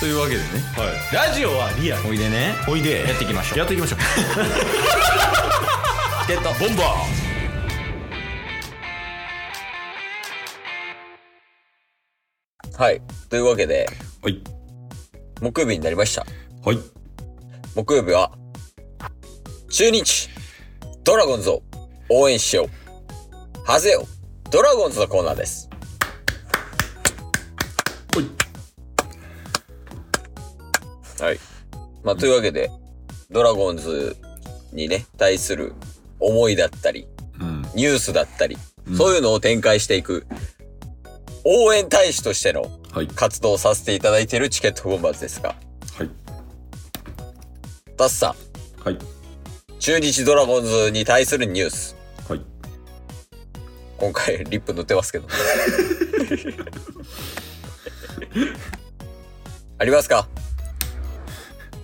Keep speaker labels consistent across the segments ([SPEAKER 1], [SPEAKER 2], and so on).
[SPEAKER 1] というわけでね
[SPEAKER 2] ラジオはリアル
[SPEAKER 1] おいでね
[SPEAKER 2] おいで
[SPEAKER 1] やっていきましょう
[SPEAKER 2] やっていきましょう
[SPEAKER 1] ゲット
[SPEAKER 2] ボンバ
[SPEAKER 3] はい。というわけで、
[SPEAKER 1] はい
[SPEAKER 3] 木曜日になりました。
[SPEAKER 1] はい
[SPEAKER 3] 木曜日は、中日、ドラゴンズを応援しよう。ハゼよ、ドラゴンズのコーナーです。はい。まあ、というわけで、ドラゴンズにね、対する思いだったり、
[SPEAKER 1] うん
[SPEAKER 3] ニュースだったり、
[SPEAKER 1] うん
[SPEAKER 3] そういうのを展開していく、応援大使としての
[SPEAKER 1] はい
[SPEAKER 3] 活動をさせていただいているチケットボンバーズですが、
[SPEAKER 1] はい
[SPEAKER 3] ダスさん、
[SPEAKER 1] はい
[SPEAKER 3] 中日ドラゴンズに対するニュース。
[SPEAKER 1] はい
[SPEAKER 3] 今回、リップ塗ってますけ ど。ありますか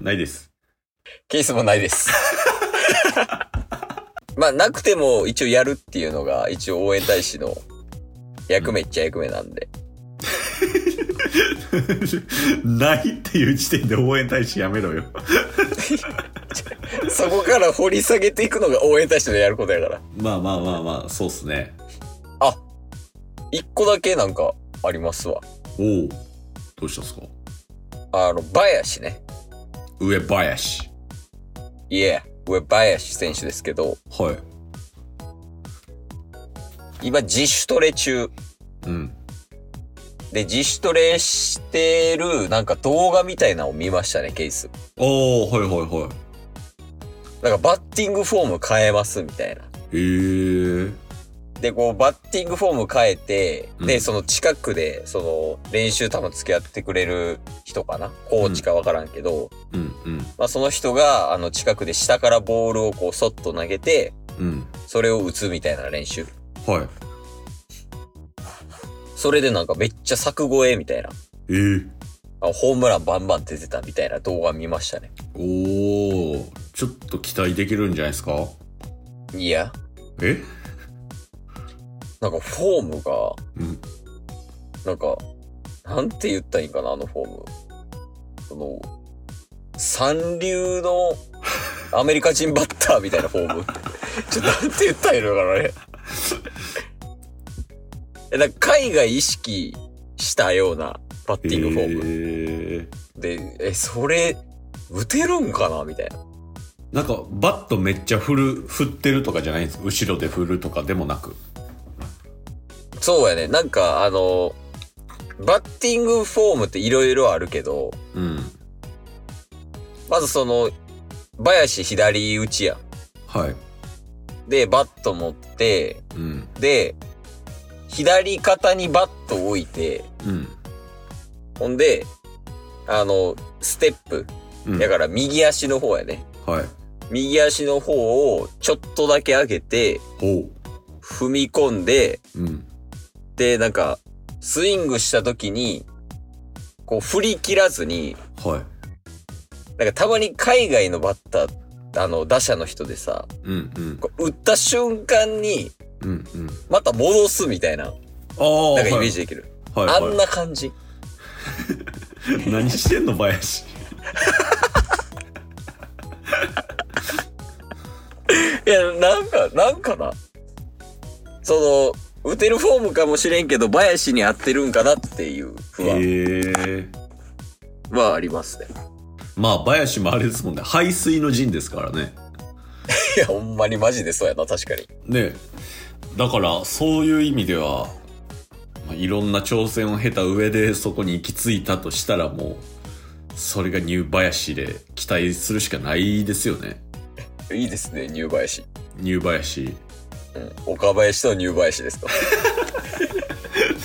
[SPEAKER 1] ないです
[SPEAKER 3] ケースもないです。まあ、なくても一応やるっていうのが、一応応援大使の役目っちゃ役目なんで。
[SPEAKER 1] ないっていう時点で応援大使やめろよ
[SPEAKER 3] そこから掘り下げていくのが応援大使のやることやから。
[SPEAKER 1] まあまあまあまあそうっすね
[SPEAKER 3] あ、一個だけなんかありますわ。
[SPEAKER 1] おおどうしたっすか
[SPEAKER 3] あの、バヤシね。
[SPEAKER 1] 上林
[SPEAKER 3] いえ、上バヤシ選手ですけど、
[SPEAKER 1] はい
[SPEAKER 3] 今自主トレ中。
[SPEAKER 1] うん
[SPEAKER 3] で、自主トレしてる、なんか動画みたいなのを見ましたね、ケース。
[SPEAKER 1] ああはいはいは
[SPEAKER 3] なんかバッティングフォーム変えます、みたいな。
[SPEAKER 1] いへえ
[SPEAKER 3] で、こう、バッティングフォーム変えて、
[SPEAKER 1] う
[SPEAKER 3] で、
[SPEAKER 1] ん
[SPEAKER 3] その近くで、その、練習多分付き合ってくれる人かなコーチかわからんけど、
[SPEAKER 1] うんうん
[SPEAKER 3] まあその人が、あの、近くで下からボールをこう、そっと投げて、
[SPEAKER 1] うん
[SPEAKER 3] それを打つみたいな練習。
[SPEAKER 1] はい
[SPEAKER 3] それでなんかめっちゃ柵越えみたいな。
[SPEAKER 1] えー、
[SPEAKER 3] あホームランバンバン出てたみたいな動画見ましたね。
[SPEAKER 1] おおちょっと期待できるんじゃないですか
[SPEAKER 3] いや、
[SPEAKER 1] え
[SPEAKER 3] なんかフォームが、
[SPEAKER 1] うん
[SPEAKER 3] なんか、なんて言ったらいいんかな、あのフォーム。その、三流のアメリカ人バッターみたいなフォーム。 ちょ、なんて言ったらいいのかな、あれ。 えなんか海外意識したようなバッティングフォーム。
[SPEAKER 1] えー、
[SPEAKER 3] で、え、それ、打てるんかなみたいな。
[SPEAKER 1] なんかバットめっちゃ振る振ってるとかじゃないんです後ろで振るとかでもなく
[SPEAKER 3] そうやね。なんか、あの、バッティングフォームっていろいろあるけど、
[SPEAKER 1] うん
[SPEAKER 3] まずその、林左打ちやん。
[SPEAKER 1] はい
[SPEAKER 3] で、バット持って、
[SPEAKER 1] うん
[SPEAKER 3] で、左肩にバットを置いて、
[SPEAKER 1] うん
[SPEAKER 3] ほんで、あの、ステップ。
[SPEAKER 1] うん
[SPEAKER 3] だから右足の方やね。
[SPEAKER 1] はい
[SPEAKER 3] 右足の方をちょっとだけ上げて、
[SPEAKER 1] ほ
[SPEAKER 3] 踏み込んで、
[SPEAKER 1] ううん
[SPEAKER 3] で、なんか、スイングした時に、こう振り切らずに、
[SPEAKER 1] はい
[SPEAKER 3] なんかたまに海外のバッター、あの、打者の人でさ、
[SPEAKER 1] うんうん
[SPEAKER 3] こう打った瞬間に、
[SPEAKER 1] うんうん
[SPEAKER 3] また戻すみたいな、
[SPEAKER 1] ああ
[SPEAKER 3] なんかイメージできる。
[SPEAKER 1] はい、
[SPEAKER 3] あ
[SPEAKER 1] はいはい
[SPEAKER 3] んな感じ。
[SPEAKER 1] 何してんの林
[SPEAKER 3] いや、なんか、なんかな。その、打てるフォームかもしれんけど、林に合ってるんかなっていう
[SPEAKER 1] へ
[SPEAKER 3] 不安
[SPEAKER 1] え
[SPEAKER 3] はありますね。
[SPEAKER 1] まあ林もあれですもんね排水の陣ですからね
[SPEAKER 3] いや、ほんまにマジでそうやな、確かに。
[SPEAKER 1] ねだからそういう意味では、まあ、いろんな挑戦を経た上でそこに行き着いたとしたらもうそれがニューバヤシで期待するしかないですよね
[SPEAKER 3] いいですね、ニューバヤシ。
[SPEAKER 1] ニューバヤシ
[SPEAKER 3] うん。岡林とニューバヤシですか。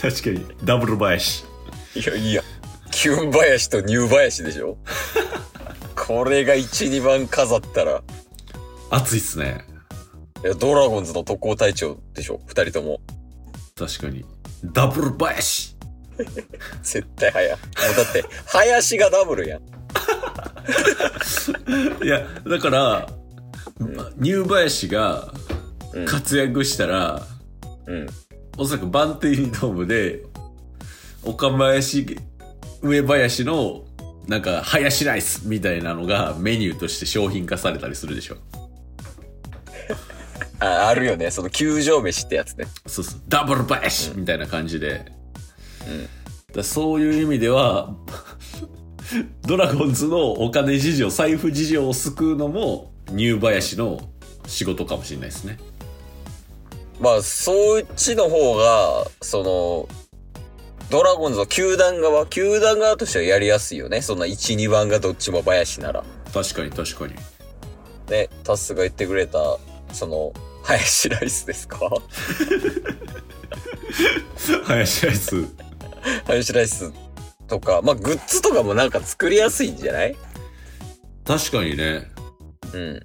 [SPEAKER 1] 確かにダブルバヤシ
[SPEAKER 3] いや、いや、キュン林とニュー林でしょこれが1、2番飾ったら、
[SPEAKER 1] 熱いっすね
[SPEAKER 3] いやドラゴンズの特攻隊長でしょ ?2 人とも。
[SPEAKER 1] 確かにダブルバヤシ
[SPEAKER 3] 絶対早。もうだって、林がダブルやん。
[SPEAKER 1] いやだから、ニューバヤシが
[SPEAKER 3] うん
[SPEAKER 1] 活躍したら、
[SPEAKER 3] うん。
[SPEAKER 1] おそらくバンテリンドームで岡林上林のなんか、ハヤシライスみたいなのがメニューとして商品化されたりするでしょ。
[SPEAKER 3] ああるよねその球場飯ってやつね
[SPEAKER 1] そうそう、ダブルバヤシみたいな感じで。だそういう意味では、ドラゴンズのお金事情、財布事情を救うのも、ニューバヤシの仕事かもしれないですね。
[SPEAKER 3] まあそっちの方がそのドラゴンズの球団側球団側としてはやりやすいよねそんな12番がどっちも林なら
[SPEAKER 1] 確かに確かに。
[SPEAKER 3] ねタスが言ってくれたその林ライスですか
[SPEAKER 1] ハヤシライス。
[SPEAKER 3] 林ライスとかまあグッズとかもなんか作りやすいんじゃない
[SPEAKER 1] 確かにね。
[SPEAKER 3] うん。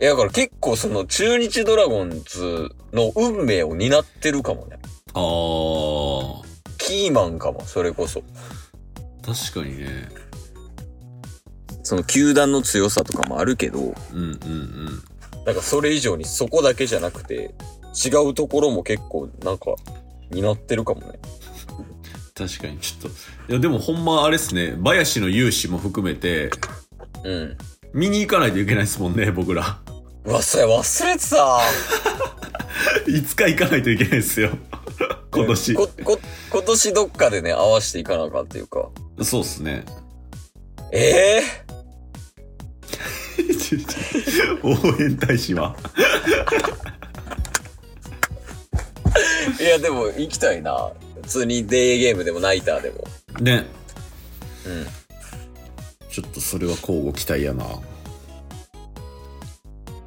[SPEAKER 3] いやだから結構その中日ドラゴンズの運命を担ってるかもね。
[SPEAKER 1] あー、
[SPEAKER 3] キーマンかも、それこそ。
[SPEAKER 1] 確かにね。
[SPEAKER 3] その球団の強さとかもあるけど、
[SPEAKER 1] うんうんうん。
[SPEAKER 3] なんかそれ以上にそこだけじゃなくて、違うところも結構なんか担ってるかもね。
[SPEAKER 1] 確かにちょっといやでもほんまあれですね林の勇姿も含めて
[SPEAKER 3] うん。
[SPEAKER 1] 見に行かないといけないですもんね僕ら
[SPEAKER 3] うわ、それ忘れてた。
[SPEAKER 1] いつか行かないといけないですよ 今年
[SPEAKER 3] こ、こ、今年どっかでね、合わせていかなあかんっていうか。
[SPEAKER 1] そうっすね
[SPEAKER 3] ええ
[SPEAKER 1] 応援大使は
[SPEAKER 3] いや、でも行きたいな。普通にデーゲームでもナイターでも。
[SPEAKER 1] ね
[SPEAKER 3] うん。
[SPEAKER 1] ちょっとそれは交互期待やな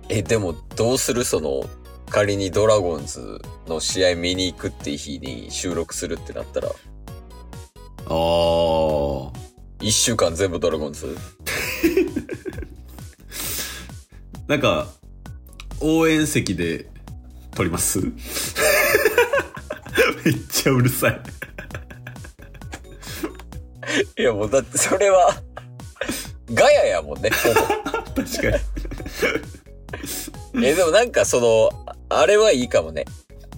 [SPEAKER 3] えでもどうするその仮にドラゴンズの試合見に行くっていう日に収録するってなったら
[SPEAKER 1] あー
[SPEAKER 3] 1週間全部ドラゴンズ
[SPEAKER 1] なんか応援席で撮ります めっちゃうるさい
[SPEAKER 3] いやもうだってそれは ガヤやもんねほ
[SPEAKER 1] 確かに
[SPEAKER 3] ぼえでもなんかそのあれはいいかもね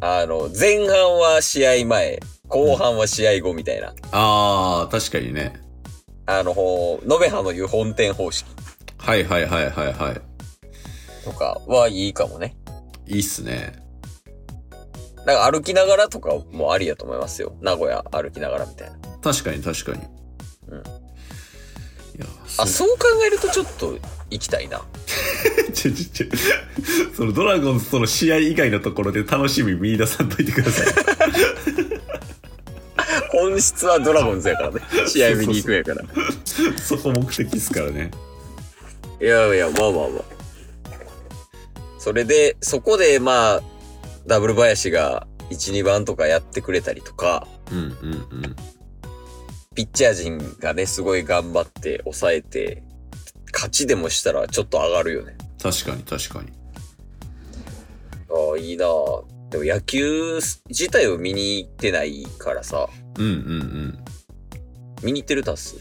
[SPEAKER 3] あの前半は試合前後半は試合後みたいな、
[SPEAKER 1] あー確かにね
[SPEAKER 3] あのほう延べ葉の言う本店方式
[SPEAKER 1] はいはいはいはいはい
[SPEAKER 3] とかはいいかもね
[SPEAKER 1] いいっすね。
[SPEAKER 3] なんか歩きながらとかもありやと思いますよ名古屋歩きながらみたいな
[SPEAKER 1] 確かに確かに。
[SPEAKER 3] うん
[SPEAKER 1] いや、
[SPEAKER 3] あ
[SPEAKER 1] そ
[SPEAKER 3] そう考えるとちょっと行きたいな
[SPEAKER 1] ちょちょちょ。そのドラゴンズとの試合以外のところで楽しみ見出さんといてください。
[SPEAKER 3] 本質はドラゴンズやから ね。試合見に行くやから。
[SPEAKER 1] そこ目的ですからね。
[SPEAKER 3] いやいや、まあまあまあ。それで、そこで、まあ、ダブル林が1、2番とかやってくれたりとか、
[SPEAKER 1] うんうんうん。
[SPEAKER 3] ピッチャー陣がね、すごい頑張って抑えて、勝ちでもしたらちょっと上がるよね。
[SPEAKER 1] 確かに確かに。
[SPEAKER 3] ああ、いいなあでも野球自体を見に行ってないからさ、
[SPEAKER 1] うんうんうん。
[SPEAKER 3] 見に行ってるタス。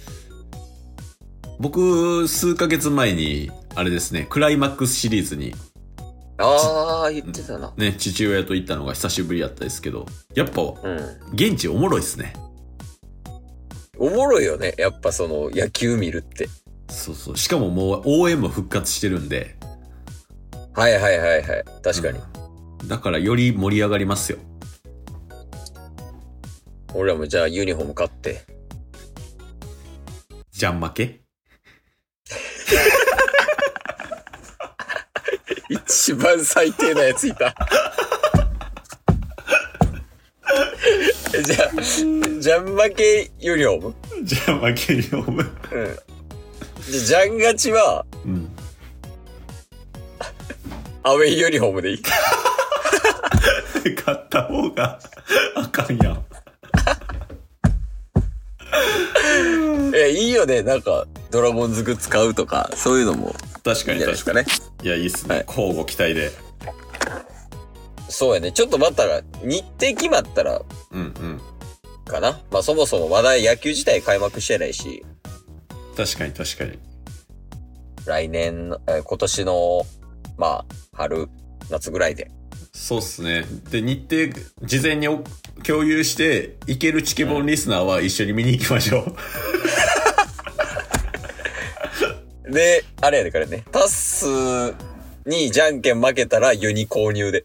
[SPEAKER 1] 僕、数ヶ月前に、あれですね、クライマックスシリーズに、
[SPEAKER 3] ああ、言ってたな。
[SPEAKER 1] ね、父親と行ったのが久しぶりやったですけど、やっぱ、
[SPEAKER 3] うん。
[SPEAKER 1] 現地おもろいっすね。
[SPEAKER 3] おもろいよね。やっぱその野球見るって。
[SPEAKER 1] そうそう。しかももう、応援も復活してるんで。
[SPEAKER 3] はいはいはいはい。確かに。
[SPEAKER 1] うんだからより盛り上がりますよ
[SPEAKER 3] 俺らもじゃあユニフォーム買って。
[SPEAKER 1] ジャン負け
[SPEAKER 3] 一番最低なやついた。 じゃあ、ジャン負けユニフォーム
[SPEAKER 1] ジャン負け読む
[SPEAKER 3] うん。じゃあジャン勝ちは
[SPEAKER 1] うん
[SPEAKER 3] アウェイユニフォーム でいい
[SPEAKER 1] 勝った方があかんやん
[SPEAKER 3] え、いいよね。なんか、ドラゴンズグッズ買うとか、そういうのも
[SPEAKER 1] 確
[SPEAKER 3] い
[SPEAKER 1] か
[SPEAKER 3] いん
[SPEAKER 1] に
[SPEAKER 3] じゃないで
[SPEAKER 1] 確
[SPEAKER 3] す
[SPEAKER 1] か
[SPEAKER 3] かね。
[SPEAKER 1] にいやいいっすね、
[SPEAKER 3] はい
[SPEAKER 1] 交互期待で
[SPEAKER 3] そうやね。ちょっとまた、日程決まったら、
[SPEAKER 1] うんうん
[SPEAKER 3] かな。まあそもそも話題野球自体開幕してないし、
[SPEAKER 1] 確かに確かに
[SPEAKER 3] 来年の、え今年の、まあ、春、夏ぐらいで。
[SPEAKER 1] そうっすねで日程事前にお 共有して行けるチケボンリスナーは一緒に見に行きましょう
[SPEAKER 4] で、あれやでからね、タッスにじゃんけん負けたらユニ購入で。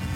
[SPEAKER 1] す